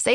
Say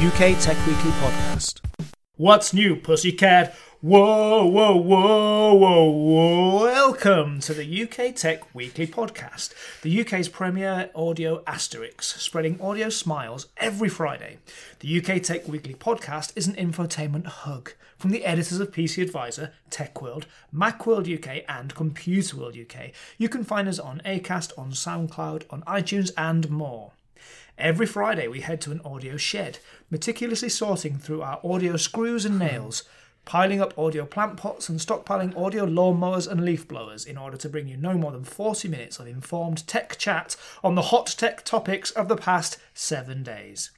UK Tech Weekly Podcast. What's new, pussycat? Whoa, whoa, whoa, whoa, whoa. Welcome to the UK Tech Weekly Podcast, the UK's premier audio asterisk, spreading audio smiles every Friday. The UK Tech Weekly Podcast is an infotainment hug from the editors of PC Advisor, TechWorld, MacWorld UK, and ComputerWorld UK. You can find us on ACAST, on SoundCloud, on iTunes, and more. Every Friday, we head to an audio shed, meticulously sorting through our audio screws and nails, piling up audio plant pots, and stockpiling audio lawnmowers and leaf blowers in order to bring you no more than 40 minutes of informed tech chat on the hot tech topics of the past seven days.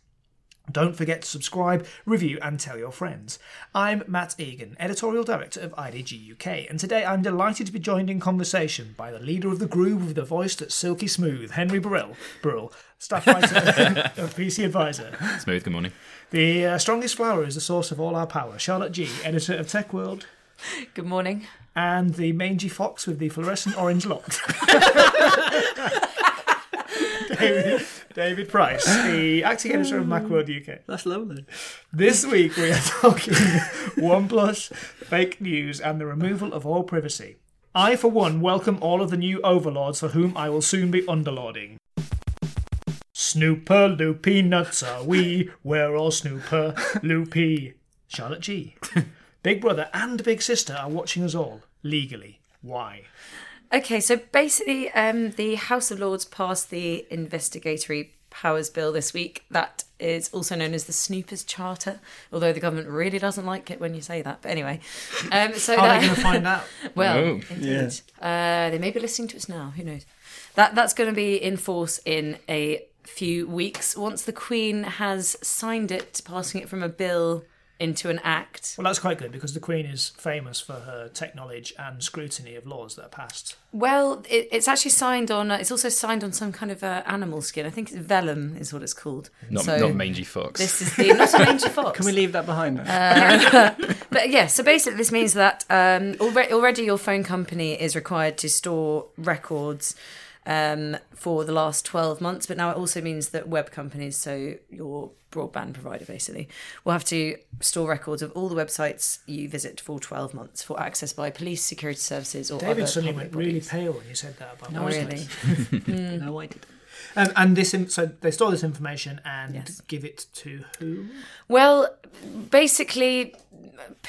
Don't forget to subscribe, review, and tell your friends. I'm Matt Egan, editorial director of IDG UK, and today I'm delighted to be joined in conversation by the leader of the groove with the voice that's silky smooth, Henry Burrell, Burrell staff writer of PC Advisor. Smooth, good morning. The uh, strongest flower is the source of all our power, Charlotte G, editor of Tech World, Good morning. and the mangy fox with the fluorescent orange locks. David, David Price, the acting editor of Macworld UK. That's lovely. This week we are talking OnePlus, fake news, and the removal of all privacy. I, for one, welcome all of the new overlords for whom I will soon be underlording. Snooper Loopy nuts are we, we're all Snooper Loopy. Charlotte G. Big brother and big sister are watching us all, legally. Why? Okay, so basically, um, the House of Lords passed the Investigatory Powers Bill this week. That is also known as the Snoopers Charter, although the government really doesn't like it when you say that. But anyway, um, so How are that, they going to find out? well, Oh. indeed, uh, they may be listening to us now. Who knows? That that's going to be in force in a few weeks once the Queen has signed it, passing it from a bill into an act. Well, that's quite good because the Queen is famous for her tech knowledge and scrutiny of laws that are passed. Well, it, it's actually signed on. uh, It's also signed on some kind of uh, animal skin. I think it's vellum, is what it's called. Not, so not mangy fox. This is the not a mangy fox. Uh, Can we leave that behind? us? But yeah, so basically, this means that um, already, already your phone company is required to store records um, for the last 12 months, but now it also means that web companies, so your broadband provider basically, will have to store records of all the websites you visit for 12 months for access by police, security services, or David other suddenly public went really bodies. pale when you said that about Not Muslims. really. no, I did. Um, and this, in, so they store this information and Yes. give it to who? Well, basically,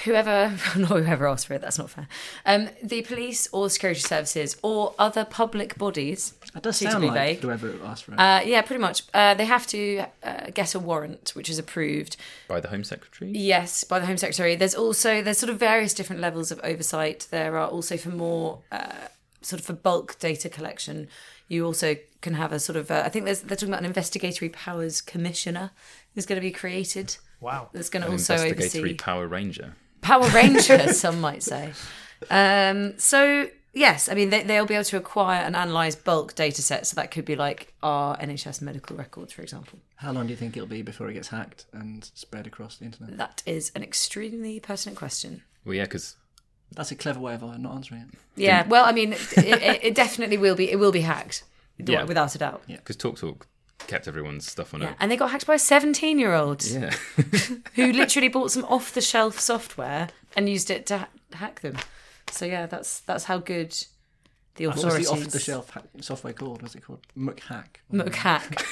whoever not whoever asked for it, that's not fair. Um, the police or security services or other public bodies. That does Seems to sound be like vague. whoever asked for it. Uh, yeah, pretty much. Uh, they have to uh, get a warrant, which is approved. By the Home Secretary? Yes, by the Home Secretary. There's also there's sort of various different levels of oversight. There are also for more uh, sort of for bulk data collection. You also can have a sort of uh, I think there's they're talking about an investigatory powers commissioner who's going to be created. Wow. That's going to An also investigatory oversee Power Ranger. Power Rangers, some might say. Um, so Yes, I mean they, they'll be able to acquire and analyze bulk data sets. So that could be like our NHS medical records, for example. How long do you think it'll be before it gets hacked and spread across the internet? That is an extremely pertinent question. Well, yeah, because That's a clever way of uh, not answering it. Yeah, well, I mean, it, it, it definitely will be. It will be hacked, Yeah. without a doubt. Yeah. because Talk Talk kept everyone's stuff on it. and they got hacked by a seventeen-year-old Yeah. who literally bought some off-the-shelf software and used it to ha- hack them. So yeah, that's that's how good the What authorities. was the off-the-shelf hack- software called? Was it called McHack? Mook hack.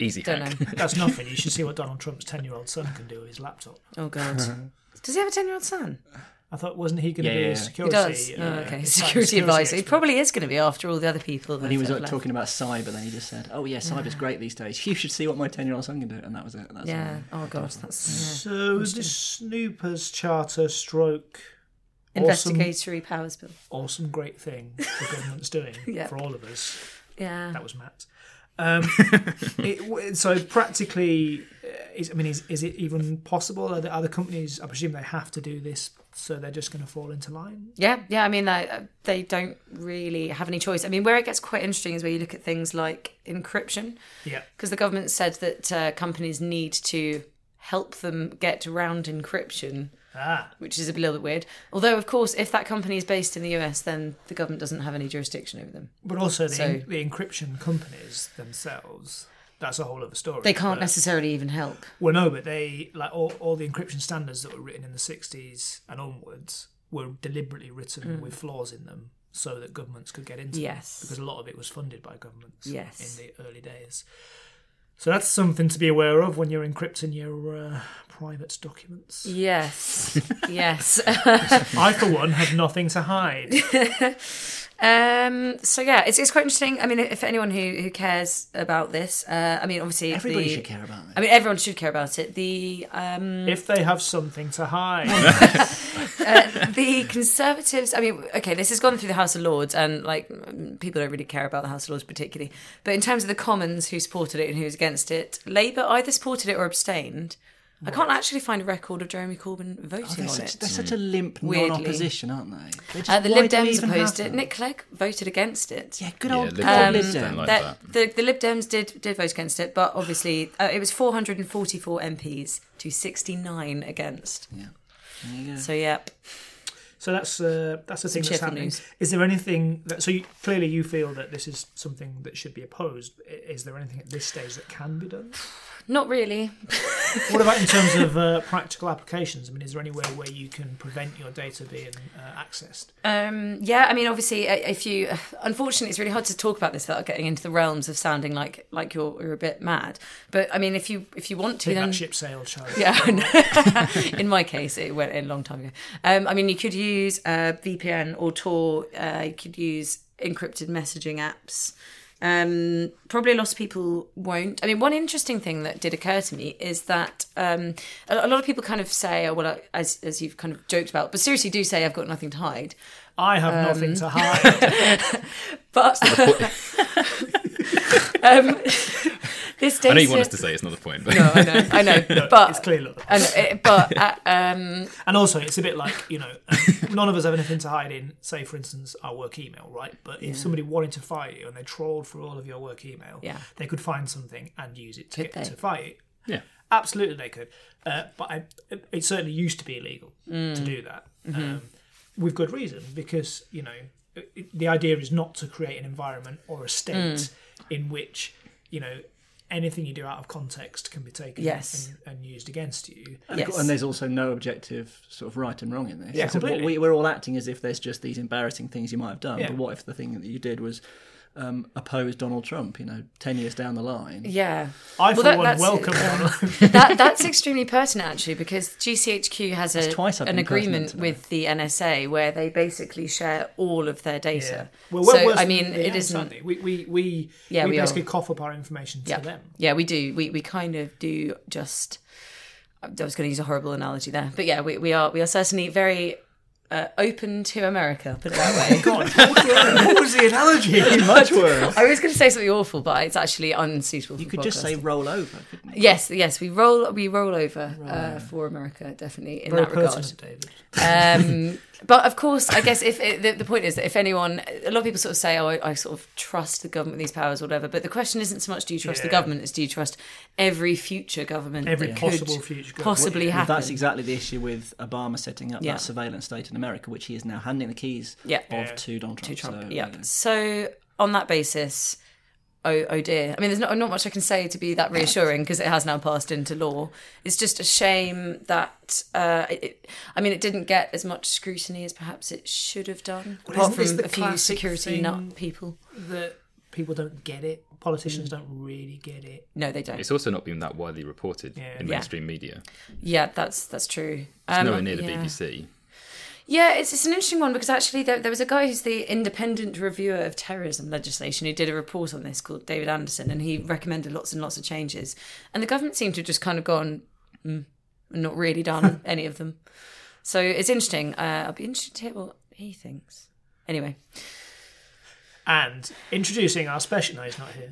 Easy Don't hack. know. That's nothing. You should see what Donald Trump's ten-year-old son can do with his laptop. Oh god. Does he have a ten-year-old son? I thought wasn't he going to Yeah, be a yeah, yeah. He He security? does. uh, oh, okay. cyber Security advisor. He expert? probably is going to be after all the other people. And he was like, talking about cyber, then he just said, "Oh yeah, cyber's great these days. You should see what my ten-year-old son can do." And that was it. That's Yeah. all. Oh god. Mm. That's So is this Snooper's charter stroke yeah. investigatory powers bill. awesome, awesome great thing the government's doing Yeah. for all of us? Yeah. That was Matt. Um, it, w- so practically, uh, is, I mean, is, is it even possible? Are the other companies? I presume they have to do this, so they're just going to fall into line. Yeah, yeah. I mean, they, they don't really have any choice. I mean, where it gets quite interesting is where you look at things like encryption, Yeah. because the government said that uh, companies need to help them get around encryption, Ah. which is a little bit weird. Although, of course, if that company is based in the US, then the government doesn't have any jurisdiction over them. But also the, So- the encryption companies themselves. That's a whole other story. They can't but- necessarily even help. Well, no, but they like all, all the encryption standards that were written in the '60s and onwards were deliberately written with flaws in them, so that governments could get into. them, Mm. Yes. because a lot of it was funded by governments. Yes. in the early days. So that's something to be aware of when you're encrypting your uh, private documents. Yes, yes. I, for one, have nothing to hide. um, so yeah, it's, it's quite interesting. I mean, if anyone who, who cares about this, uh, I mean, obviously Everybody the- should care about that. I mean, everyone should care about it. The um, if they have something to hide, the Conservatives, I mean, okay, this has gone through the House of Lords, and like mm, people don't really care about the House of Lords particularly. But in terms of the Commons, who supported it and who was against it, Labour either supported it or abstained. I can't actually find a record of Jeremy Corbyn Oh, voting they're, on such, it. they're such a limp Weirdly. non-opposition, aren't they? They're just- Uh, the why Lib do we Dems even opposed have it. them? Nick Clegg voted against it. Yeah, good Yeah, old Lib good old Dems Lib don't Dem. like That- that. The, the Lib Dems did, did vote against it, but obviously uh, it was 444 MPs to 69 against. Yeah. There you go. So, yep. so that's uh, that's the thing that's cheerful happening. news. Is there anything that so you, clearly you feel that this is something that should be opposed? I- Is there anything at this stage that can be done? Not really. What about in terms of uh, practical applications? I mean, is there anywhere where you can prevent your data being uh, accessed? Um, yeah, I mean, obviously, uh, if you, unfortunately, it's really hard to talk about this without getting into the realms of sounding like like you're, you're a bit mad. But I mean, if you if you want to, Take then that ship sail, Charlie. yeah, I know. in my case, it went in a long time ago. Um, I mean, you could use uh, VPN or Tor. Uh, you could use encrypted messaging apps. Um, probably lots of people won't. I mean, one interesting thing that did occur to me is that um, a, a lot of people kind of say, "Oh, well," I- as as you've kind of joked about, but seriously, do say, "I've got nothing to hide." I have nothing Um. to hide. But um, this data. I know you want us to say it's not the point, but No, I know, I know, it's but clear, look. and, uh, but uh, um, And also, it's a bit like, you know, um, none of us have anything to hide in, say, for instance, our work email, right? But if somebody wanted to fire you and they trawled through all of your work email, Yeah. they could find something and use it to, Could get, they? to fire you. yeah. Absolutely, they could. Uh, but I, it, it certainly used to be illegal to Mm. do that, Mm-hmm. um, with good reason, because you know it, it- the idea is not to create an environment or a state Mm. in which you know anything you do out of context can be taken Yes. and, and used against you. And, Yes. and there's also no objective sort of right and wrong in this. Yeah, So what completely. we, we're all acting as if there's just these embarrassing things you might have done. Yeah. But what if the thing that you did was um, oppose Donald Trump? You know, ten years down the line. yeah. I, for Well, that- one, that's- welcome one. that that's extremely pertinent actually because GCHQ has a, That's twice I've an been pertinent agreement today. with the NSA where they basically share all of their data. Well, we're so worse I than mean, the it Yanks, aren't isn't. they? We we we, Yeah, we, we are. basically cough up our information to Yeah, them. yeah, we do. We we kind of do just. I was going to use a horrible analogy there, but yeah, we, we are we are certainly very uh, open to America. Put it that Oh, way. God, what was the analogy? Much worse. I was going to say something awful, but it's actually unsuitable. For You could just say roll over. couldn't you? yes, yes. We roll, we roll over uh, for America, definitely in Very that regard. pertinent, David. Um, but of course, I guess if it, the, the point is that if anyone, a lot of people sort of say, "Oh, I, I sort of trust the government with these powers, or whatever." But the question isn't so much do you trust the Yeah. government as do you trust every future government, Every that could possible future government. possibly Well, happen. That's exactly the issue with Obama setting up Yeah. that surveillance state in America, which he is now handing the keys Yeah. of Yeah. to Donald to Trump. Trump. So, yeah. you know. So on that basis, oh oh dear. I mean, there's not not much I can say to be that reassuring because it has now passed into law. It's just a shame that uh, it- it, I mean, it didn't get as much scrutiny as perhaps it should have done, apart isn't this from the a few classic security thing- nut people. That people don't get it. Mm. Politicians don't really get it. No, they don't. It's also not been that widely reported in Yeah. mainstream media. Yeah, that's that's true. Um, It's nowhere near the yeah. BBC. Yeah, it's, it's an interesting one because actually there, there was a guy who's the independent reviewer of terrorism legislation who did a report on this called David Anderson, and he recommended lots and lots of changes, and the government seemed to have just kind of gone, mm, and not really done any of them. So it's interesting. Uh, I'll be interested to hear what he thinks. Anyway, And introducing our special. No, he's not here.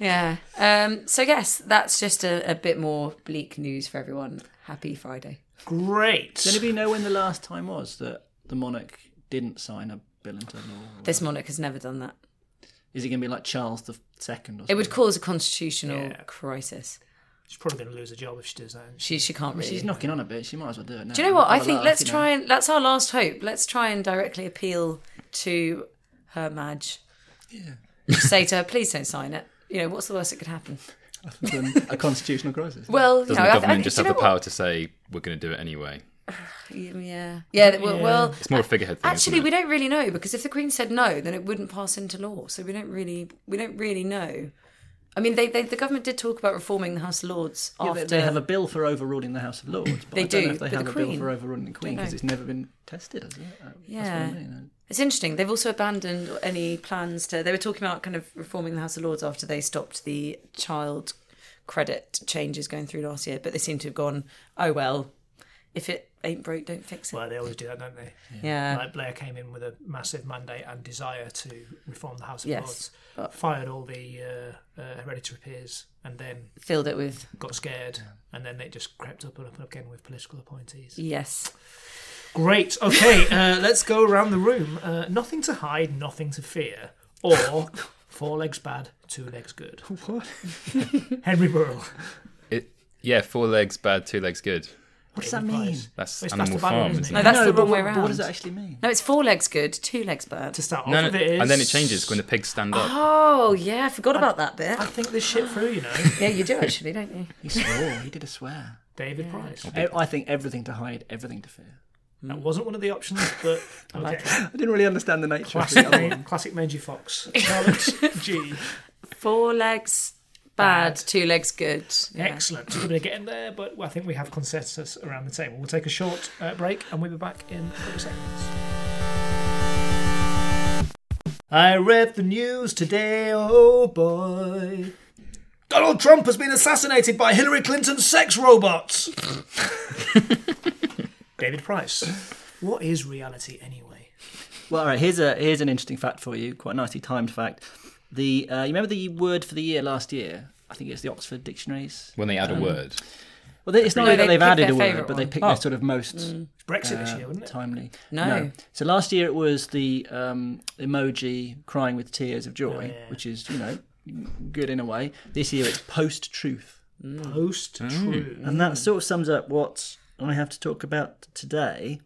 yeah. Um, so yes, that's just a, a bit more bleak news for everyone. Happy Friday. Great. Does anybody know when the last time was that the monarch didn't sign a bill into law? This monarch has never done that. Is it going to be like Charles the Second? Or It would something? cause a constitutional Yeah. crisis. She's probably going to lose her job if she does that. She she can't really. She's knocking on a bit. She might as well do it. Now. Do you know what? I Have a think laugh, let's you know. try and that's our last hope. Let's try and directly appeal to her Madge. Yeah. Say to her, please don't sign it. You know, what's the worst that could happen? Than a constitutional crisis. Well, you Doesn't know, the I- I government think- just do you have the know power to say we're going to do it anyway? what- Yeah. Yeah. that- Well, well It's more a figurehead thing. actually, isn't we it? don't really know because if the Queen said no, then it wouldn't pass into law. So we don't really, we don't really know. I mean, they, they the government did talk about reforming the House of Lords Yeah, after they, they have a bill for overruling the House of Lords, but They I don't do, know if they but the have a bill Queen- for overruling the Queen because it's never been tested, has it? Uh, Yeah. That's what I mean. It's interesting. They've also abandoned any plans to. They were talking about kind of reforming the House of Lords after they stopped the child credit changes going through last year, but they seem to have gone, oh well, if it ain't broke, don't fix it. Well, they always do that, don't they? yeah. Like Blair came in with a massive mandate and desire to reform the House of Yes, Lords, fired all the uh, uh, hereditary peers, and then Filled it with got scared, and then it just crept up and up and up again with political appointees. yes. Great. Okay, uh, let's go around the room. Uh, nothing to hide, nothing to fear, or four legs bad, two legs good. uh, What? Henry Burrell. It- yeah, four legs bad, two legs good. What does that mean? That's It's- that's Animal the bad one, Farm, isn't isn't it? it? No, that's no, the but wrong way what- around. What does it actually mean? No, it's four legs good, two legs bad. To start No, off, no, with it is. and then it changes when the pigs stand up. Oh yeah, I forgot about that bit. I think this shit through, you know. Yeah, you do actually, don't you? He swore. he did a swear. David Price. I, I think everything to hide, everything to fear. That wasn't one of the options, but okay. Mm. I didn't really understand the nature of the Classic, other one. Ma- classic Mangy Fox. Charlotte G. Four legs bad, two legs good. Yeah. Excellent. We're going to get in there, but I think we have consensus around the table. We'll take a short uh, break and we'll be back in a couple of seconds. I read the news today, oh boy. Donald Trump has been assassinated by Hillary Clinton's sex robots. David Price. What is reality anyway? Well, all right. Here's a here's an interesting fact for you. Quite a nicely timed fact. The uh, you remember the word for the year last year? I think it's the Oxford dictionaries. When they Um, add a word. Well, it's not No, really they that they've picked added their a word, favourite but they one. picked Oh. their sort of most It's Brexit this uh, year, wouldn't it? timely. No. So last year it was the um, emoji crying with tears of Oh, joy, which is you know good in a way. This year it's post truth, Post true. and that sort of sums up what I have to talk about today,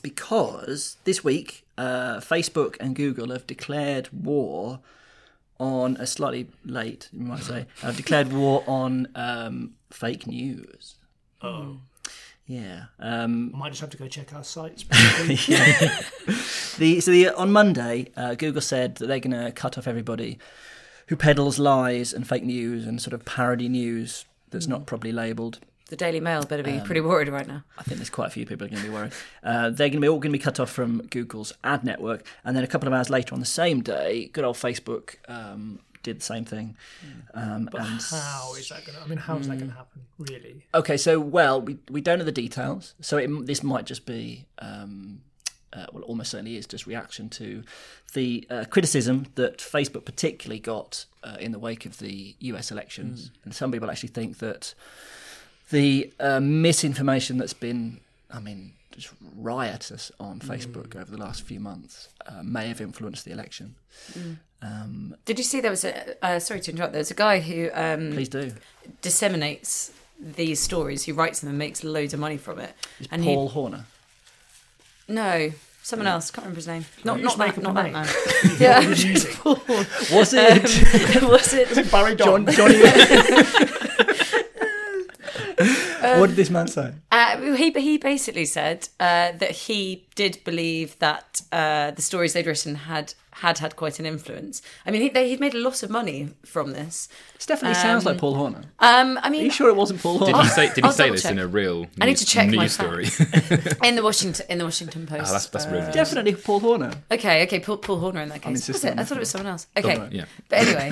because this week uh, Facebook and Google have declared war on a slightly late, you might say, have declared war on um, fake news. Oh. Yeah. Um, Might just have to go check our sites. The, so the, on Monday, uh, Google said that they're going to cut off everybody who peddles lies and fake news and sort of parody news that's not properly labelled. The Daily Mail better be pretty worried right now. I think there's quite a few people are going to be worried. Uh, they're going to be all going to be cut off from Google's ad network, and then a couple of hours later on the same day, good old Facebook um, did the same thing. Um, and How is that going to? I mean, how is that Hmm. going to happen? Really? Okay, so well, we we don't know the details. So it, this might just be, um, uh, well, it almost certainly is just reaction to the uh, criticism that Facebook particularly got uh, in the wake of the U.S. elections, and some people actually think that the uh, misinformation that's been, I mean, just riotous on Facebook over the last few months uh, may have influenced the election. Um, Did you see there was a uh, sorry to interrupt? There's a guy who um, Please do. disseminates these stories, who writes them and makes loads of money from it. and Paul Horner. he no, someone else can't remember his name. Not you not just make that, up not a that man. yeah, Music. Was it? was it? Barry Don. John, Johnny. what did this man say? Uh, he he basically said uh, that he did believe that uh, the stories they'd written had had had quite an influence. I mean, he, they, he'd made a lot of money from this. This definitely sounds like Paul Horner. Um, I Are mean, you sure it wasn't Paul Did Horner? he say, did he I'll say double this check. in a real news, I need to check my news story? in the Washington in the Washington Post. Ah, Uh, that's that's real. news. Definitely Paul Horner. Okay, okay, Paul, Paul Horner in that case. Was insisting it? on I this thought it was someone else. Okay, no, yeah. But anyway,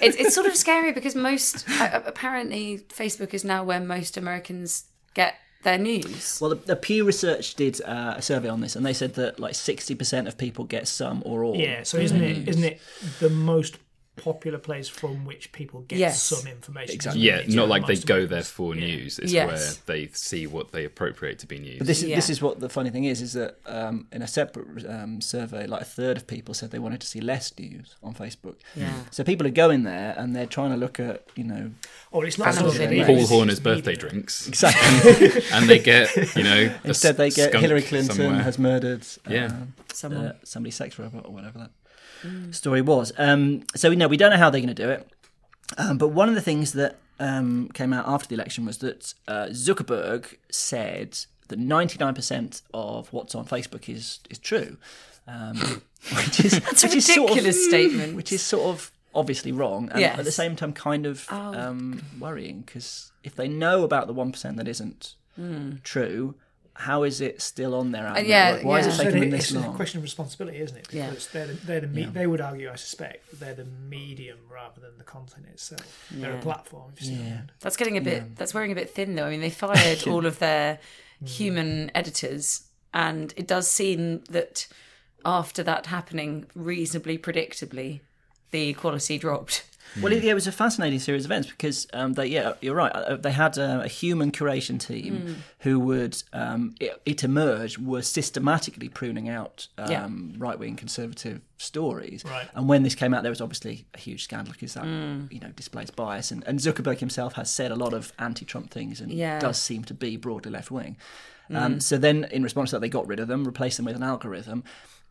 it's it's sort of scary because most uh, apparently Facebook is now where most Americans get their news. Well, the, the Pew Research did uh, a survey on this, and they said that like sixty percent of people get some or all. Mm. Yeah. So isn't it? Isn't it the most popular place from which people get Yes. some information? Exactly. Yeah, It's not like they most go important. there for news. It's Yes. where they see what they appropriate to be news. But this is this Yeah. is what the funny thing is is that um, in a separate um, survey, like a third of people said they wanted to see less news on Facebook. Yeah. So people are going there and they're trying to look at you know Or it's not Animal sort of video. Paul it's Horner's media. birthday drinks, exactly. and they get you know a Instead, they s- get skunk Hillary Clinton somewhere. has murdered. Yeah. Someone. uh, somebody's sex robot or whatever that Mm. story was. Um, so we know we don't know how they're going to do it. Um, but one of the things that um, came out after the election was that uh, Zuckerberg said that 99% of what's on Facebook is is true, um, which is That's a which is sort of- ridiculous statement. which is sort of obviously wrong, and at the Yes. Oh, same time kind of um, worrying because if they know about the one percent that isn't true. How is it still on there? Hmm. Uh, yeah, Why is yeah. it So taking them it- it's this just a long? question of responsibility, isn't it? Yeah. Because they're the, they're the me- they would argue, I suspect, that they're the medium rather than the content itself. They're a platform. If you see what I mean. That's getting a bit. That's wearing a bit thin, though. I mean, they fired all of their Mm. human editors, and it does seem that after that happening, reasonably predictably, the quality dropped. Well, yeah, it was a fascinating series of events because um, they, yeah, you're right. uh, They had a, a human curation team who would, um, it, it emerged, were systematically pruning out um, Yeah. right wing conservative stories. Right. And when this came out, there was obviously a huge scandal because that, you know, displays bias. And, and Zuckerberg himself has said a lot of anti Trump things and Yeah. Mm. does seem to be broadly left wing. Um, so then, in response to that, they got rid of them, replaced them with an algorithm.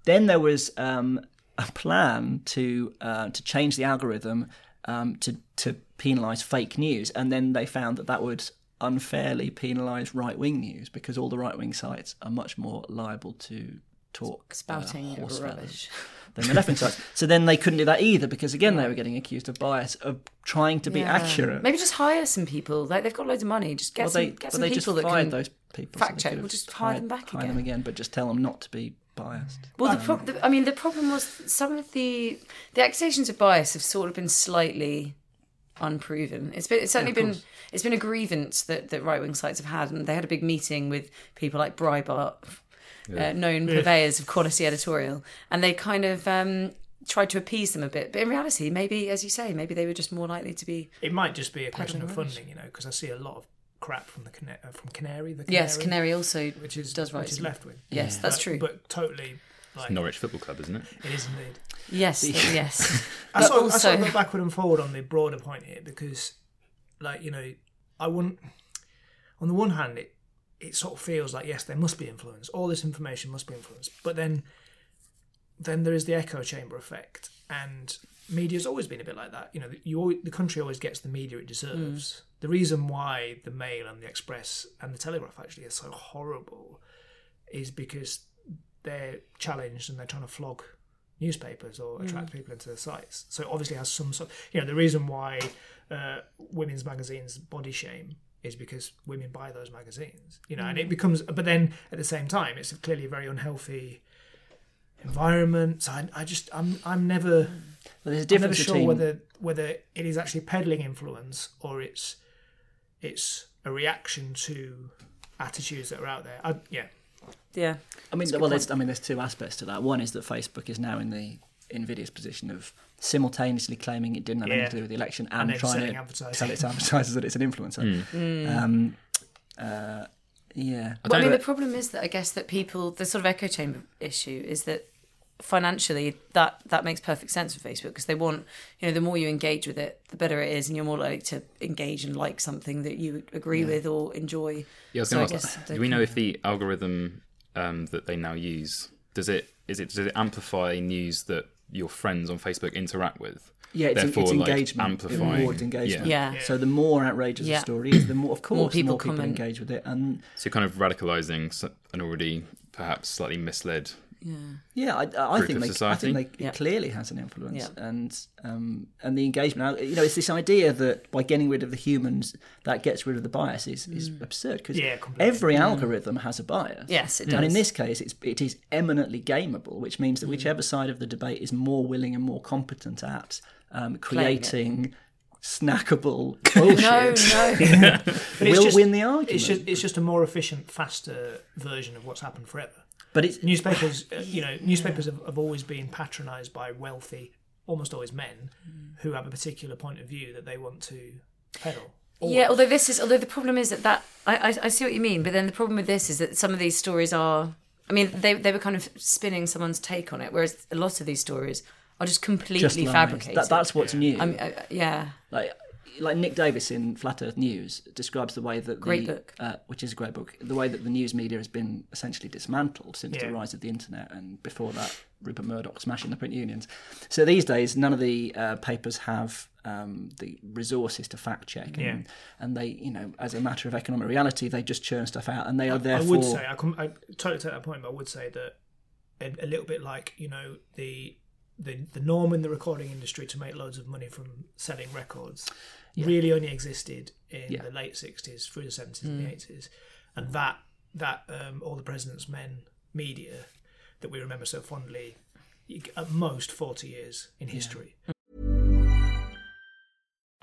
Then there was um, a plan to uh, to change the algorithm um, to to penalise fake news, and then they found that that would unfairly penalise right wing news because all the right wing sites are much more liable to talk uh, Spouting horse feathers rubbish. than the left wing sites. So then they couldn't do that either because again they were getting accused of bias of trying to be Yeah. accurate. Maybe just hire some people. Like they've got loads of money. Just get Well, some, they, get but some they just people that fired can. those people. fact they check. could We'll have just hire them hired- back hired them again, but just tell them not to be biased. Well, Um, the, prob- the I mean, the problem was some of the the accusations of bias have sort of been slightly unproven. It's been it's certainly been it's been a grievance that, that right wing sites have had, and they had a big meeting with people like Breitbart, uh, known purveyors of quality editorial, and they kind of. Um, tried to appease them a bit but in reality maybe as you say maybe they were just more likely to be It might just be a question of funding, you know, because I see a lot of crap from the Cana- uh, from Canary. The Canary yes canary also which is does right which is left wing. yes that's But- true but totally like Norwich Football Club, isn't it? it is indeed. yes yes I But sort, of, I also- sort of go backward and forward on the broader point here because, like you know, I wouldn't. On the one hand, it it sort of feels like yes, there must be influence. All this information must be influenced, but then, then there is the echo chamber effect, and media's always been a bit like that. You know, you always, the country always gets the media it Mm. deserves. The reason why the Mail and the Express and the Telegraph actually are so horrible is because they're challenged and they're trying to flog newspapers Mm. or attract people into their sites. So it obviously has some sort. You know, the reason why uh, women's magazines body shame is because women buy those Mm. magazines. You know, and it becomes. But then at the same time, it's clearly a very unhealthy environments. I, I just I'm I'm never But I'm there's a never difference sure between whether whether it is actually peddling influence or it's it's a reaction to attitudes that are out there. I, yeah, Yeah. I mean, well, there's, I mean, there's two aspects to that. One is that Facebook is now in the invidious position of simultaneously claiming it didn't have Yeah. anything to do with the election And and, then trying selling to advertising. tell its advertisers that it's an influencer. Um, Hmm. uh, I yeah, Well, I don't mean, know- the problem is that I guess that people, the sort of echo chamber issue is that financially that that makes perfect sense for Facebook because they want, you know, the more you engage with it, the better it is, and you're more likely to engage and like something that you agree with or enjoy. Yeah, I was So going I to ask. guess Do they we know can- if the algorithm um, that they now use does it is it does it amplify news that your friends on Facebook interact with? yeah, it's, Therefore, it's like, engagement. It amplifying. rewards engagement. Yeah. Yeah. So the more outrageous Yeah. a story is, the more, of course, more people people, comment. engage with it. And So you're kind of radicalizing s- an already perhaps slightly misled. yeah, I, I Group think of they, I society. think they, Yeah. it clearly has an influence. Yeah. And um, and the engagement, you know, it's this idea that by getting rid of the humans, that gets rid of the bias is, is absurd because Yeah, completely. every algorithm has a bias. Mm. Yes, it And in does. Mm. this case, it's, it is eminently gameable, which means that whichever side of the debate is more willing and more competent at um, Playing it. creating snackable bullshit No, no. But it's will just- win the argument. It's just it's just a more efficient, faster version of what's happened forever. but it's newspapers uh, you know newspapers have, have always been patronized by wealthy almost always men who have a particular point of view that they want to peddle yeah, although this is although the problem is that that I, I I see what you mean, but then the problem with this is that some of these stories are. I mean, they they were kind of spinning someone's take on it, whereas a lot of these stories are just completely just lies. fabricated. That, that's what's new. I'm, uh, yeah. like like Nick Davis in Flat Earth News describes the way that Great the, book. uh, which is a great book, the way that the news media has been essentially dismantled since Yeah. the rise of the internet, and before that, Rupert Murdoch smashing the print unions. So these days, none of the uh, papers have. Um, the resources to fact check, and, Yeah. and they, you know, as a matter of economic reality, they just churn stuff out, and they are i therefore. would say i, com- I totally take that point but i would say that a, a little bit like you know the the, the norm in the recording industry to make loads of money from selling records really only existed in Yeah. Mm. the late 60s through the 70s and the 80s and that that um, all the president's men media that we remember so fondly you- at most 40 years in history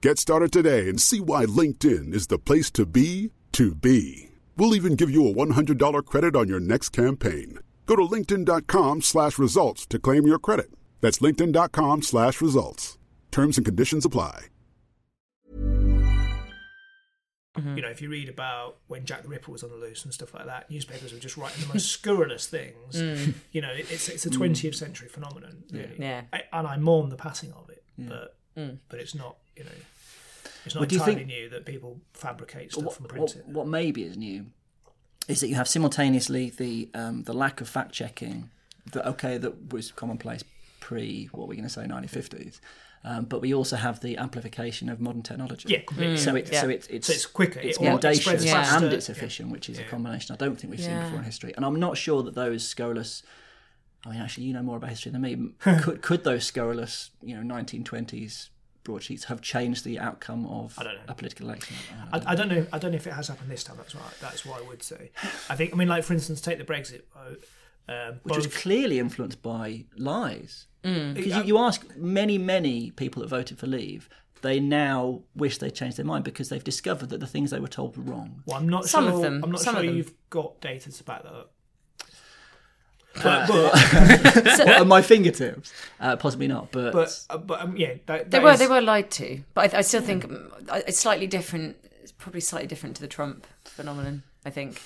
Get started today and see why LinkedIn is the place to be to be. We'll even give you a $100 credit on your next campaign. Go to linkedin.com slash results to claim your credit. That's linkedin.com slash results. Terms and conditions apply. Mm. you know, if you read about when Jack the Ripper was on the loose and stuff like that, newspapers were just writing the most scurrilous things. You know, it- it's Mm. it's a 20th century phenomenon, really. Mm. Yeah. Mm. I, and I mourn the passing of it, but but it's not, you know. It's not Well, do you entirely think- new that people fabricate stuff What, and print what, it. what maybe is new is that you have simultaneously the um, the lack of fact checking that okay that was commonplace pre what we're going to say 1950s, um, but we also have the amplification of modern technology. Yeah, completely. So it's so yeah. it's it's, So it's quicker, It's it- it audacious spreads and faster, it's yeah. efficient, which is a combination I don't think we've seen Yeah. before in history. And I'm not sure that those scholars. I mean, actually, you know more about history than me. could could those scholars, you know, 1920s broadsheets have changed the outcome of don't know. a political election? I don't know. I, I don't know. I don't know if it has happened this time. That's right. That's what I would say. I think. I mean, like for instance, take the Brexit vote. Um, which was both- Mm. clearly influenced by lies. Because you, you ask many, many people that voted for Leave, they now wish they changed their mind because they've discovered that the things they were told were wrong. well, I'm not Some sure. of them, I'm not some sure of them. you've got data to back that up. But, but, Well, on my fingertips, uh, possibly not, but, but, uh, but um, yeah, that, They that were is- they were lied to, but I, I still think mm, I- it's slightly different. It's probably slightly different to the Trump phenomenon. I think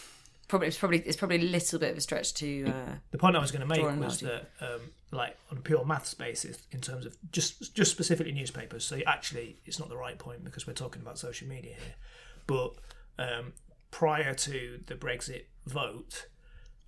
probably it's probably it's probably a little bit of a stretch to. Uh, The point I was going to make Drawing was analogy. that, um, like on a pure maths basis, in terms of just just specifically newspapers. So actually, it's not the right point because we're talking about social media here. But um, prior to the Brexit vote,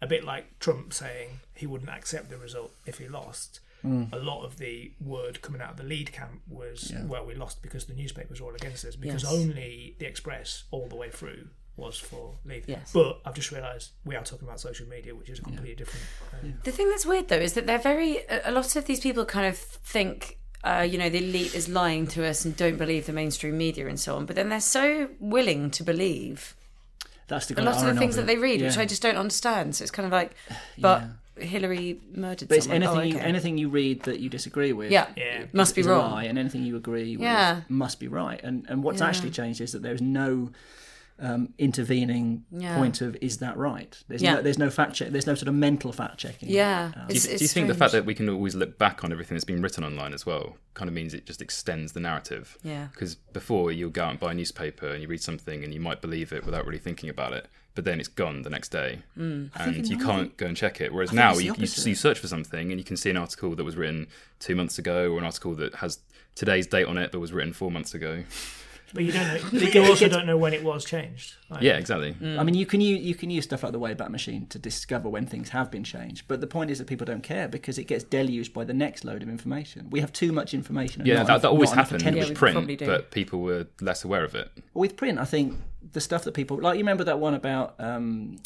a bit like Trump saying he wouldn't accept the result if he lost. A lot of the word coming out of the lead camp was, well, we lost because the newspapers were all against us, because Yes. only the Express all the way through was for leave. Yes. But I've just realised we are talking about social media, which is a completely different. um, The thing that's weird though is that they're very. a- A lot of these people kind of think, uh, you know, the elite is lying to us and don't believe the mainstream media and so on. But then they're so willing to believe that's a the great lot of irony the things that they read, which yeah. I just don't understand. So it's kind of like, but Hillary murdered. But it's someone. anything, Oh, you, okay. anything you read that you disagree with. Yeah. Yeah. Must be is wrong. A lie, and anything you agree with Yeah. must be right. And and what's actually changed is that there's no um, intervening Yeah. point of is that right? There's Yeah. no there's no fact check. There's no sort of mental fact checking. Yeah. Oh. Do you, it's- do you it's think the fact strange. that we can always look back on everything that's been written online as well kind of means it just extends the narrative? Yeah. Because before you'll go out and buy a newspaper and you read something and you might believe it without really thinking about it, but then it's gone the next day and you can't go and check it. Whereas think now it's the you, you, opposite. you search for something and you can see an article that was written two months ago or an article that has today's date on it that was written four months ago. But you don't know. you also don't know when it was changed. Like, Yeah, exactly. I mean, you can use, you can use stuff like the Wayback Machine to discover when things have been changed, but the point is that people don't care because it gets deluged by the next load of information. We have too much information. and Yeah, not that, enough- that always not enough happened attention. with probably print, do. but people were less aware of it. with print, I think the stuff that people like. You remember that one about um,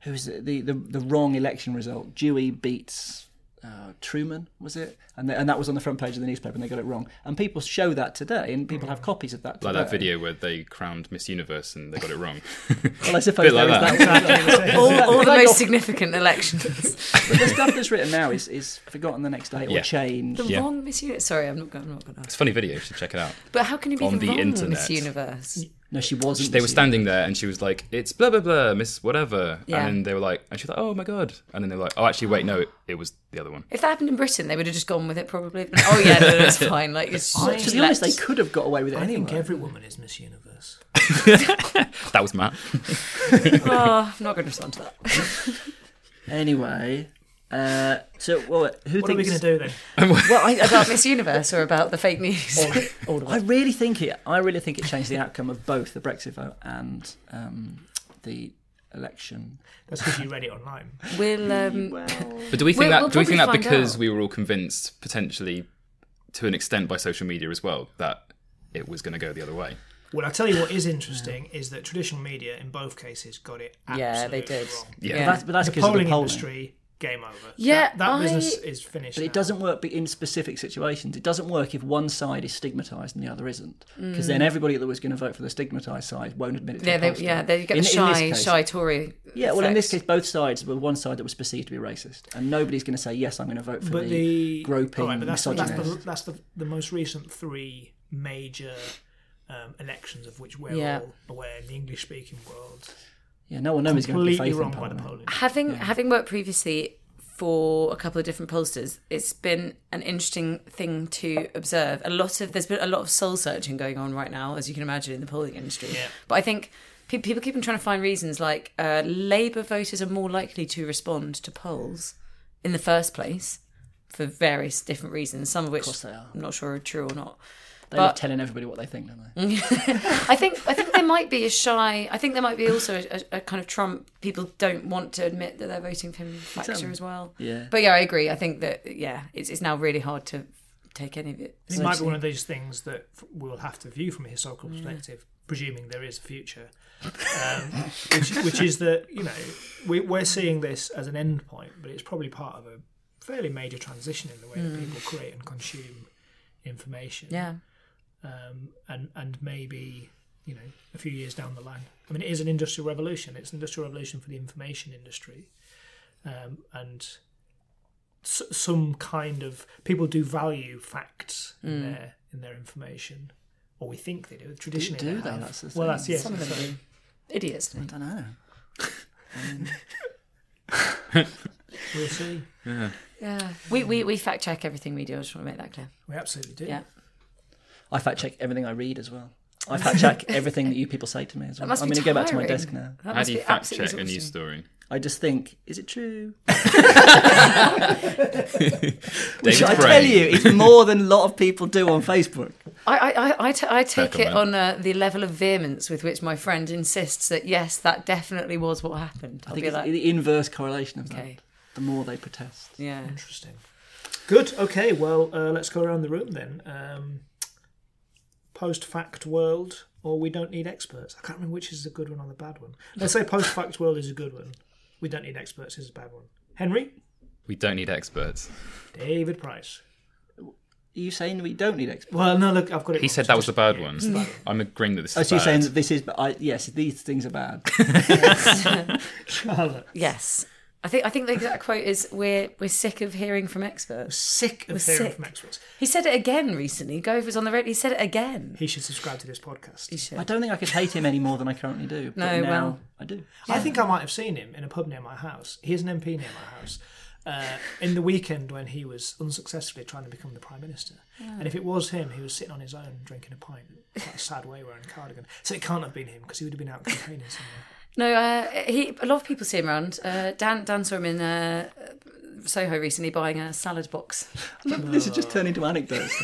who was it? The, the the wrong election result? Dewey beats. Uh, Truman was it, and, th- and that was on the front page of the newspaper, and they got it wrong. And people show that today, and people have copies of that. Today. Like that video where they crowned Miss Universe and they got it wrong. Well, I suppose Bit like there is that. that. all, all the Like most off- significant elections. but the stuff that's written now is, is forgotten the next day or Yeah. changed. the Yeah. wrong Miss Universe. Sorry, I'm not going. I'm not going to It's ask. a funny video. You should check it out. But how can you be On the, the wrong internet. Miss Universe? No, she wasn't. They were Miss standing there, and she was like, "It's blah blah blah, Miss whatever," Yeah. and they were like, and she's like, "Oh my god," and then they were like, "Oh, actually, wait, no, it, it was the other one." If that happened in Britain, they would have just gone with it probably. But, oh yeah, no, that's fine. Like it's Universe. To be honest, they could have got away with it I think anyway. every woman is Miss Universe. That was Matt. Oh, I'm not going to respond to that. Anyway, uh, so well, who What are we thinks? going to do then? well, I, about Miss Universe or about the fake news? I really think it. I really think it changed the outcome of both the Brexit vote and um, the election. That's because you read it online. We'll. Um, But do we think We'll- that? we'll do we think that probably find because out. we were all convinced, potentially, to an extent, by social media as well, that it was going to go the other way? Well, I'll tell you what is interesting is that traditional media in both cases got it absolutely yeah, they did. wrong. Yeah. yeah. That's, but that's The because of polling, the polling. industry, game over. Yeah, That, that I- business is finished. But it now. doesn't work be- in specific situations. It doesn't work if one side is stigmatised and the other isn't, because then everybody that was going to vote for the stigmatised side won't admit it. To yeah, the they, pollster. yeah, they get In- the in shy, this case- shy Tory. Yeah, well, in this case, effect. both sides were one side that was perceived to be racist, and nobody's going to say yes, I'm going to vote for But the, the groping Alright, but that's, the- that's, the, misogynist. that's the, the most recent three major um, elections of which we're Yeah. all aware in the English speaking world. Yeah, no one knows going to be Completely faith wrong in by the polling. polling. having having worked previously for a couple of different pollsters, it's been an interesting thing to observe. A lot of there's been a lot of soul searching going on right now, as you can imagine, in the polling industry. But I think pe- people keep on trying to find reasons like uh, Labour voters are more likely to respond to polls in the first place for various different reasons, some of which they are. I'm not sure are true or not. They love telling everybody what they think, don't Mm. they? I think I think there might be a shy. I think there might be also a, a kind of Trump. People don't want to admit that they're voting for him factor as well. Yeah. But yeah, I agree. I think that yeah, it's it's now really hard to take any of it. It might be one of those things that f- we'll have to view from a historical perspective, presuming there is a future, um, which, which is that you know we, we're seeing this as an end point, but it's probably part of a fairly major transition in the way that people create and consume information. Yeah. Um, and and maybe you know a few years down the line. I mean, it is an industrial revolution. It's an industrial revolution for the information industry, um, and s- some kind of people do value facts in their in their information, or we think they do. Traditionally, do they they? have. That's the well, thing. that's yes. Some of that's them right. do. Idiots. I don't know. We'll see. Yeah. We, we we fact check everything we do. I just want to make that clear. We absolutely do. Yeah. I fact check everything I read as well. I fact check everything that you people say to me as well. must I'm be going to go back to my tiring. desk now. That How must do you be fact absolutely check a news exhausting. story? I just think, is it true? David's I tell brain. you, it's more than a lot of people do on Facebook. I, I, I- I, t- I take it comment. on uh, the level of vehemence with which my friend insists that yes, that definitely was what happened. I'll I think be it's like, the inverse correlation of that. okay, The more they protest. yeah. Interesting. Good. Okay. Well, uh, let's go around the room then. Um, post fact world, or we don't need experts. I can't remember which is a good one or the bad one. Let's say post fact world is a good one. We don't need experts is a bad one. Henry, We don't need experts. David Price. Are you saying we don't need experts? Well, no, look, I've got it. He wrong, said so that was the just- bad yeah, one. it's the bad one. I'm agreeing that this Oh, is so you're bad. saying that this is, but I, yes, these things are bad. Charlotte, Yes. I think I think the exact quote is we're we're sick of hearing from experts. sick of Was hearing sick. from experts. He said it again recently. Gove was on the radio. He said it again. He should subscribe to this podcast. He should. I don't think I could hate him any more than I currently do. But No, now well. I do. I think I might have seen him in a pub near my house. He is an MP near my house. Uh, in the weekend when he was unsuccessfully trying to become the prime minister, and if it was him, he was sitting on his own drinking a pint, in quite a sad way, wearing a cardigan. So it can't have been him because he would have been out campaigning somewhere. No, uh, he. A lot of people see him around. Uh, Dan Dan saw him in uh, Soho recently buying a salad box This is just turning to anecdotes.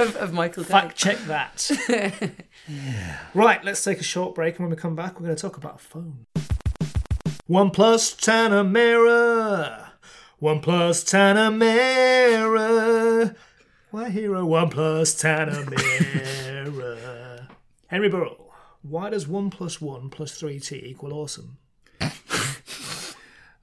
of, of Michael. Gove. Fact check that. Right, let's take a short break, and when we come back, we're going to talk about a phone. OnePlus Tanamera. OnePlus Tanamera. Why hero OnePlus Tanamera? Henry Burrell. Why does 1 plus 1 plus 3t equal awesome? I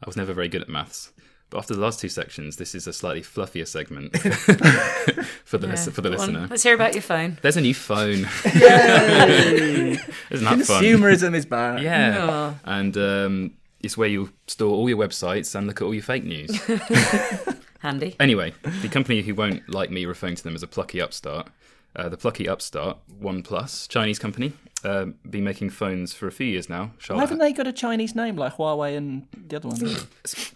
was never very good at maths. But after the last two sections, this is a slightly fluffier segment for the, lis- Yeah. for the Go on. listener. Let's hear about your phone. There's a new phone. Isn't that fun? Consumerism is bad. Yeah. And um, it's where you store all your websites and look at all your fake news. Handy. anyway, the company who won't like me referring to them as a plucky upstart, uh, the plucky upstart OnePlus, Chinese company, uh, been making phones for a few years now. Why Charlotte, haven't they got a Chinese name like Huawei and the other one?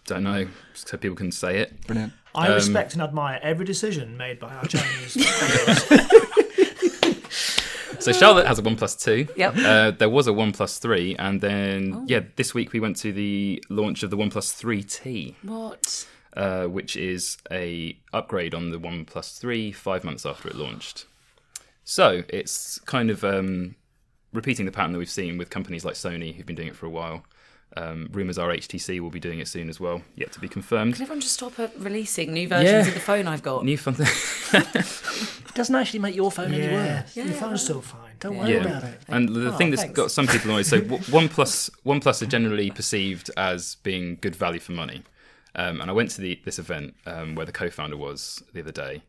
don't know, so people can say it. Brilliant. I Um, respect and admire every decision made by our Chinese. So Charlotte has a OnePlus Two. Yep. Uh, there was a OnePlus Three, and then yeah, this week we went to the launch of the OnePlus Three T, What? uh, which is a upgrade on the OnePlus Three five months after it launched. So it's kind of um, repeating the pattern that we've seen with companies like Sony, who've been doing it for a while. Um, rumors are HTC will be doing it soon as well, yet to be confirmed. Can everyone just stop uh, releasing new versions Yeah. of the phone I've got? New fun. It doesn't actually make your phone any worse. Your phone's still fine. Don't worry Yeah, about it. and the thing that's Oh, thanks. got some people annoyed. So w- OnePlus, OnePlus are generally perceived as being good value for money. Um, and I went to the, this event um, where the co-founder was the other day,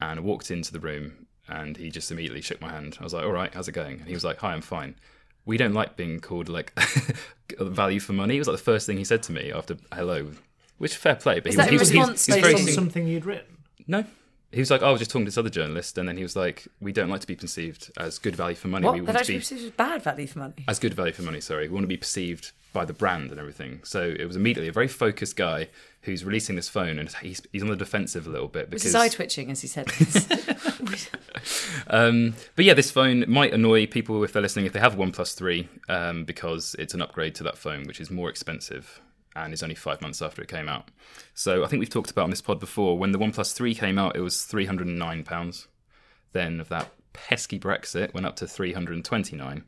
and I walked into the room, and he just immediately shook my hand. I was like, "All right, how's it going?" And he was like, "Hi, I'm fine." We don't like being called like value for money. It was like the first thing he said to me after hello, which fair play. But Is he that was, in he was, he was- response he was based very on sing- Something you'd written. no. He was like, "Oh, I was just talking to this other journalist, and then he was like, we don't like to be perceived as good value for money. What? We That want to actually be was bad value for money. as good value for money. Sorry, we want to be perceived by the brand and everything. So it was immediately a very focused guy who's releasing this phone, and he's, he's on the defensive a little bit because. Was his eye twitching as he said this? um, but yeah, this phone might annoy people if they're listening if they have one plus three um, because it's an upgrade to that phone, which is more expensive and is only five months after it came out. So I think we've talked about on this pod before. When the OnePlus three came out, it was three hundred and nine pounds. Then of that pesky Brexit went up to 329.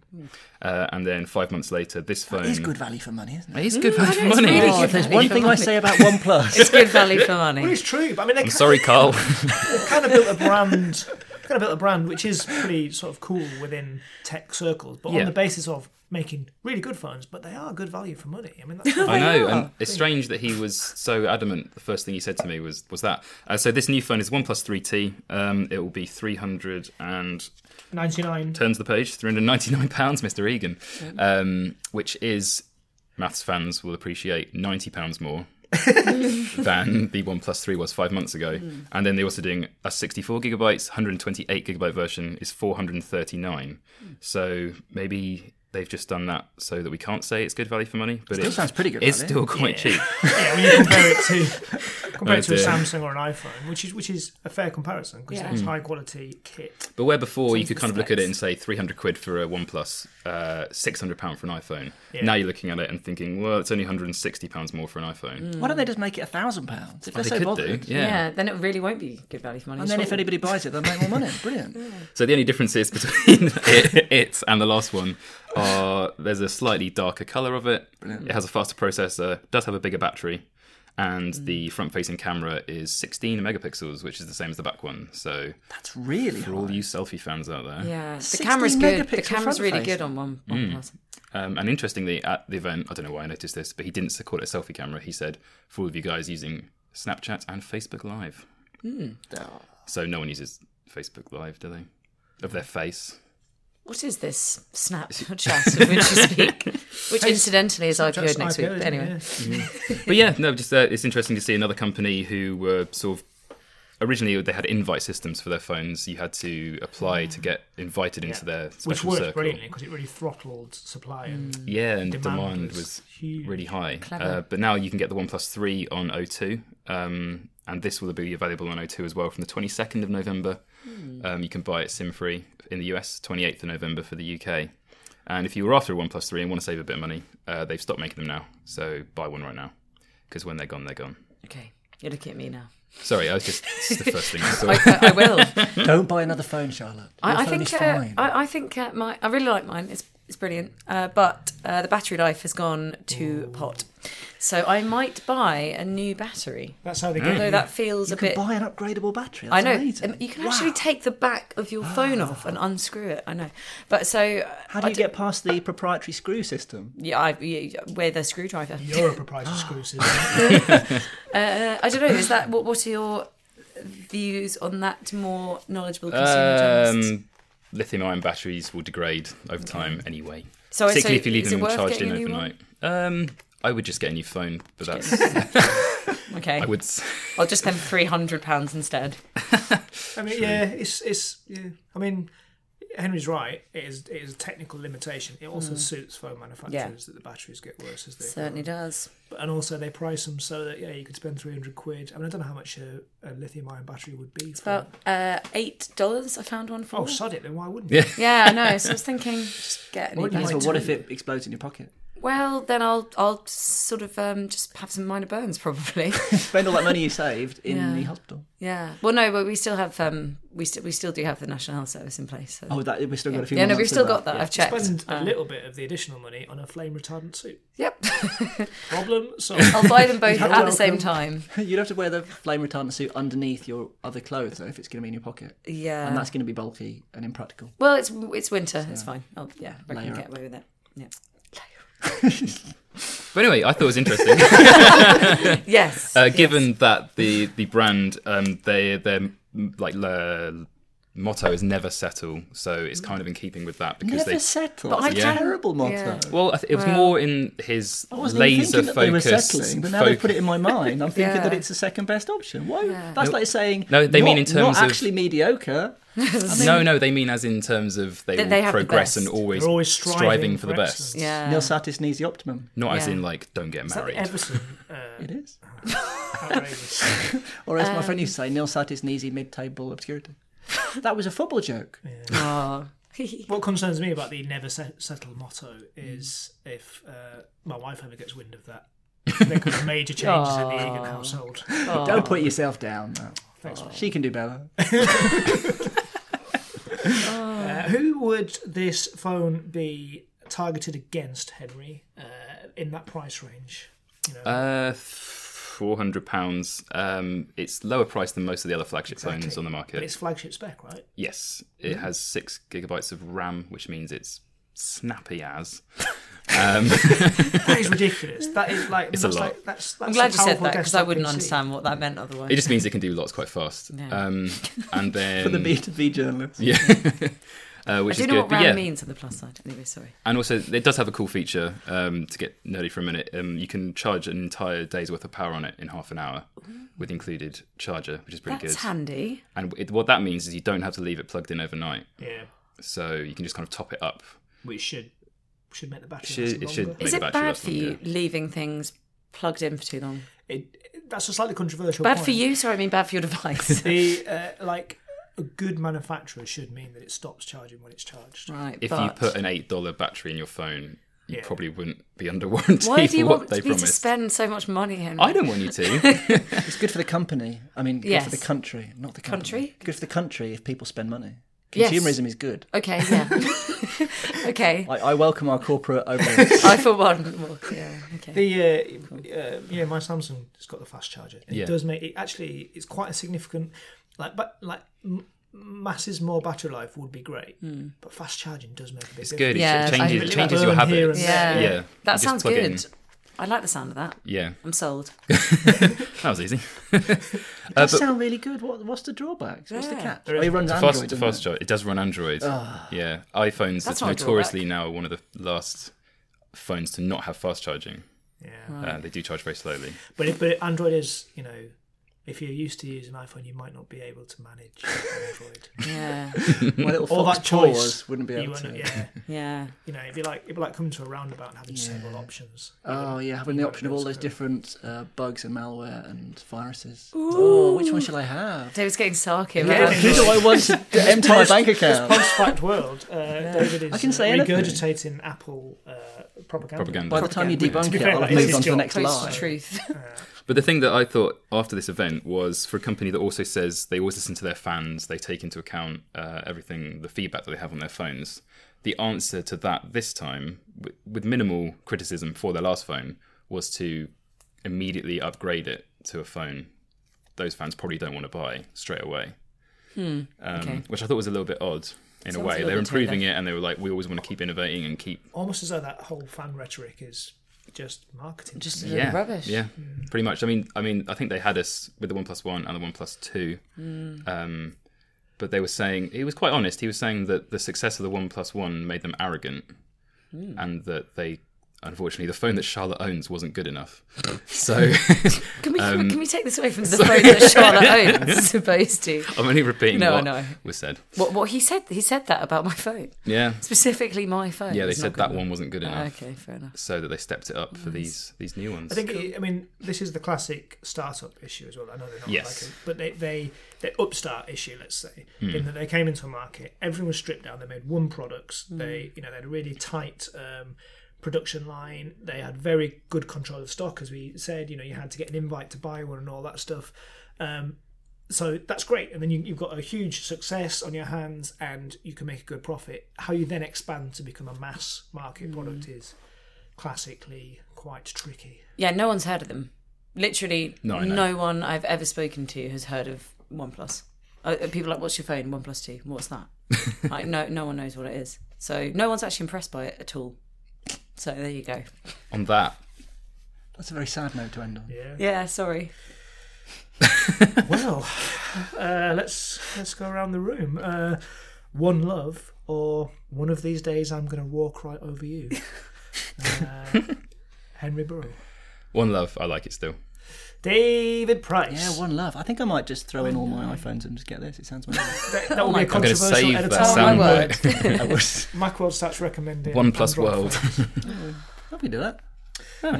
Uh, and then five months later, this phone. It's good value for money, isn't it? It is good value for Mm, it's money. really Oh, good if there's value one for thing I money. say about OnePlus, It's good value for But money. it's true. but I mean, they I'm kind, sorry, Carl. kind of built a brand, kind of built a brand which is pretty sort of cool within tech circles, but Yeah. on the basis of making really good phones, but they are good value for money. I mean, that's I know, and it's strange that he was so adamant. The first thing he said to me was was that. Uh, so this new phone is OnePlus 3T. Um, it will be 300 and ninety nine. turns the page 399 pounds, Mr. Egan, um, which is maths fans will appreciate 90 pounds more than the One Plus Three was five months ago. And then they're also doing a 64 gigabytes, 128 gigabyte version is 439. So maybe. They've just done that so that we can't say it's good value for money, but Still it sounds pretty good It's value. still quite cheap. Yeah, when you compare it to compare Oh, it to a dear. Samsung or an iPhone, which is which is a fair comparison because Hmm. it's high quality kit. But where before you Terms could of kind of look at it specs. and say 300 quid for a OnePlus, uh, 600 pound for an iPhone. Now you're looking at it and thinking, well, it's only 160 pounds more for an iPhone. why don't they just make it a thousand pounds? If they're They so could bothered. do, Yeah. yeah. then it really won't be good value for money. And then if anybody buys it, they'll make more money. Brilliant. So the only differences between it, it and the last one are there's a slightly darker color of it. It has a faster processor, does have a bigger battery, and the front-facing camera is 16 megapixels, which is the same as the back one. So That's really for high. all you selfie fans out there, yeah, the 16 camera's good. The megapixel camera's front really face. Mm. good on one. one plus. Um, and interestingly, at the event, I don't know why I noticed this, but he didn't call it a selfie camera. He said, for all of you guys using Snapchat and Facebook Live. So no one uses Facebook Live, do they? Of their face. What is this Snapchat of which you speak? Which incidentally is IPO Just next week. IPO, But anyway, yeah. But yeah, no, just uh, it's interesting to see another company who were sort of. Originally, they had invite systems for their phones. You had to apply to get invited into their special which worked circle. brilliantly because it really throttled supply and Mm. Yeah, and demand, Demand was, was huge. really high. Uh, but now you can get the OnePlus 3 on O2, um, and this will be available on O2 as well from the 22nd of November. Hmm. Um, you can buy it SIM free in the US, 28th of November for the UK. And if you were after a OnePlus 3 and want to save a bit of money, uh, they've stopped making them now. So buy one right now, because when they're gone, they're gone. okay, you're looking at me now. Sorry, I was just, it's the first thing I saw. I, I will. Don't buy another phone, Charlotte. Your I, I phone is think uh, fine. I, I think uh, my I really like mine. It's it's brilliant, uh, but uh, the battery life has gone to pot. So I might buy a new battery. that's how they get. Although you. Mm. that feels you a can bit. buy an upgradable battery. I That's know. amazing. Um, You can actually Wow. Ah. take the back of your phone off and unscrew it. I know. But so uh, How do you get past the proprietary screw system? yeah, I, yeah, with a screwdriver. You're a proprietor screw system. Uh, I don't know. Is that what? What are your views on that? More knowledgeable consumer journalists? Um, Lithium ion batteries will degrade over time anyway. Hmm. So- particularly so if you leave is them it worth charged in getting a new overnight. Um, I would just get a new phone, but that's Okay, I would. s- I'll just spend three hundred pounds instead. I mean, yeah, it's it's. Yeah. I mean, Henry's right. It is it is a technical limitation. It also suits phone manufacturers Hmm. Yeah. that the batteries get worse as they Certainly does. But, and also they price them so that yeah, you could spend three hundred quid. I mean, I don't know how much a, a lithium-ion battery would be. It's about uh, eight dollars. I found one for. oh, sod it. Then why wouldn't Yeah. you? Yeah, I know. So I was thinking, just get any. Wouldn't you better. like So Right. what if it explodes in your pocket? Well, then I'll I'll sort of um, just have some minor burns probably. Spend all that money you saved in Yeah. the hospital. yeah. Well, no, but we still have um we still we still do have the National Health Service in place. So. Oh, that we still got a few. yeah, more no, we've months of still got that. I've checked. Spend a Um, little bit of the additional money on a flame retardant suit. Yep. Problem solved. I'll buy them both You're at the same welcome. time. You'd have to wear the flame retardant suit underneath your other clothes, though, if it's going to be in your pocket, Yeah. and that's going to be bulky and impractical. Well, it's it's winter. It's fine. I'll, yeah, I can Layer get up. away with it. Yeah. But anyway, I thought it was interesting. Yes. uh, given that the the brand, um, they their like uh, motto is never settle, so it's kind of in keeping with that because Never they. settle. But But I I Yeah. terrible motto. Yeah. well, I th- it was more in his I wasn't even laser thinking that they were focused. settling, but now they foc- put it in my mind. I'm thinking Yeah. that it's the second best option. Why? That's No- like saying no, they mean not- in terms not of- actually mediocre. no, no, they mean as in terms of they, That will they have the progress and best. always, They're always striving, striving for the for best. excellence. yeah. Nil satis nisi optimum. Not as Yeah. in like don't get Is that the married. Everson uh, It is. outrageous? Or as my friend used to Um, say, nil satis nisi mid-table obscurity. that was a football joke. Oh. What concerns me about the never set, settle motto Mm. is if uh, my wife ever gets wind of that, there could be major changes in the Egan household. Don't put yourself down. though. Thanks, Ross. She can do better. Uh, who would this phone be targeted against, Henry, uh, in that price range? You know, Uh, four hundred pounds. Um, it's lower priced than most of the other flagship phones on the but market. it's flagship spec, right? Yes, it Mm. has six gigabytes of RAM, which means it's snappy as. um, That is ridiculous. That is like It's a that's lot. Like, that's, that's I'm glad a you said powerful that because I desktop wouldn't PC. understand what that meant otherwise. it just means it can do lots quite fast. Um, and then for the Mm. B2B journalist. yeah, uh, I which do is know good. what but RAM yeah, means on the plus side. Anyway, sorry. and also it does have a cool feature um, to get nerdy for a minute. Um, you can charge an entire day's worth of power on it in half an hour with included charger, which is pretty That's good. handy. and it, what that means is you don't have to leave it plugged in overnight, Yeah, so you can just kind of top it up. which should should make the battery last Should- it should- longer. Make Is the it battery bad last for you longer. leaving things plugged in for too long? It- that's a slightly controversial. Bad point. for you, sorry, I mean bad for your device. The uh, like a good manufacturer should mean that it stops charging when it's charged. right. If but you put an eight dollar battery in your phone, you Yeah. probably wouldn't be under warranty why do you for what want they me promised. to spend so much money, Henry? I don't want you to. It's good for the company. I mean, good for Yes. the country, not the company. Country? Good for the country if people spend money. Yes. Consumerism is good. Okay, yeah. okay. I, I welcome our corporate overheads. I for one. Well, yeah. Okay. The uh, uh, yeah, my Samsung has got the fast charger. It Yeah. does make it actually. It's quite a significant like but like m- masses more battery life would be great, but fast charging does make a big It's difference. good. Yeah, it I changes, really it changes your burn here habits. and yeah. yeah. You That just sounds plug good. in. I like the sound of that. Yeah, I'm sold. that was easy. Does sound really good. What, what's the drawbacks? What's the Yeah. catch? Oh, it runs Android. Fast, doesn't fast it? Ah. charge. It does run Android. yeah, iPhones. That's That's not a drawback. notoriously now one of the last phones to not have fast charging. Yeah. Uh, they do charge very slowly. But it, but Android is you know. If you're used to using iPhone, you might not be able to manage Android. Yeah. My little All fox that choice paws wouldn't be you able wouldn't- to. Yeah, Yeah. you know, it'd be like it'd be like coming to a roundabout and having several options. Oh yeah, having the You wouldn't be option of all able those to- different uh, bugs and malware and viruses. Oh, which one shall I have? David's getting sarky. Yeah, about it Who that. is. do I want to empty my bank account? post-fact world, uh, David is I can say uh, anything. regurgitating Apple uh, propaganda. Propaganda. By the time you debunk To it, be fair, I'll have that is his moved on to the job. next lie. Post-truth. But the thing that I thought after this event was for a company that also says they always listen to their fans, they take into account uh, everything, the feedback that they have on their phones. The answer to that this time, with, with minimal criticism for their last phone, was to immediately upgrade it to a phone those fans probably don't want to buy straight away. Um, Hmm, okay. Which I thought was a little bit odd in Sounds a a way. little They're bit too improving it and they were like, we always want to keep innovating and keep. Almost as though that whole fan rhetoric is just marketing. Just a little Yeah, rubbish. Hmm. yeah, pretty much. I mean, I mean, I think they had us with the One Plus One and the One Plus Two, Hmm. um, but they were saying he was quite honest. He was saying that the success of the One Plus One made them arrogant, Hmm. and that they, unfortunately, the phone that Charlotte owns wasn't good enough. so Can we Um, can we take this away from the phone that Charlotte owns? is supposed to. I'm only repeating No, I what know. was said. What what he said? He said that about my phone, Yeah, specifically my phone. yeah. They It's not said good that enough. one wasn't good Ah, enough, okay, fair enough. so that they stepped it up for these these new ones. I think, it, I mean, this is the classic startup issue as well. I know they're not Yes. like it, but they, they, they upstart issue, let's say, in that they came into a market, everything was stripped down, they made one product, they, you know, they had a really tight um, production line, they had very good control of stock, as we said, you know, you had to get an invite to buy one and all that stuff. Um, so that's great, and then you, you've got a huge success on your hands, and you can make a good profit. How you then expand to become a mass market product is classically quite tricky. Yeah, no one's heard of them. Literally, No, I know. no one I've ever spoken to has heard of OnePlus. Uh, people are like, what's your phone? OnePlus Two. What's that? like, no, no one knows what it is. So no one's actually impressed by it at all. So there you go. On that, That's a very sad note to end on. Yeah, sorry. Well, uh, let's let's go around the room. Uh, one love, or one of these days I'm going to walk right over you. Uh, Henry Burrow, one love. I like it still. David Price. Yeah, one love. I think I might just throw in all my iPhones and just get this. It sounds wonderful. that, that will be a I'm going to controversial save that editorial. sound Oh, word. soundbite. I wish- Macworld starts recommending One plus Android world. phones. Let me do that.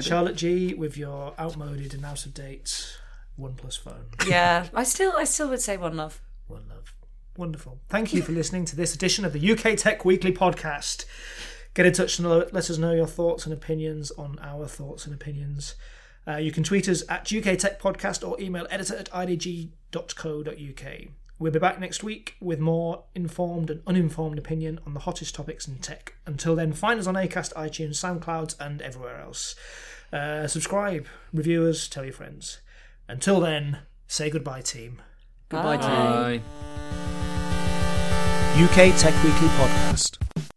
Charlotte G with your outmoded and out of date One Plus phone. Yeah, I still, I still would say One Love. One love. Wonderful. Thank you for listening to this edition of the UK Tech Weekly podcast. Get in touch and let let us know your thoughts and opinions on our thoughts and opinions. Uh, you can tweet us at UK Tech Podcast or email editor at idg.co.uk. We'll be back next week with more informed and uninformed opinion on the hottest topics in tech. Until then, find us on Acast, iTunes, SoundCloud, and everywhere else. Uh, subscribe, review us, tell your friends. Until then, say goodbye, team. Goodbye, Bye. team. UK Tech Weekly Podcast.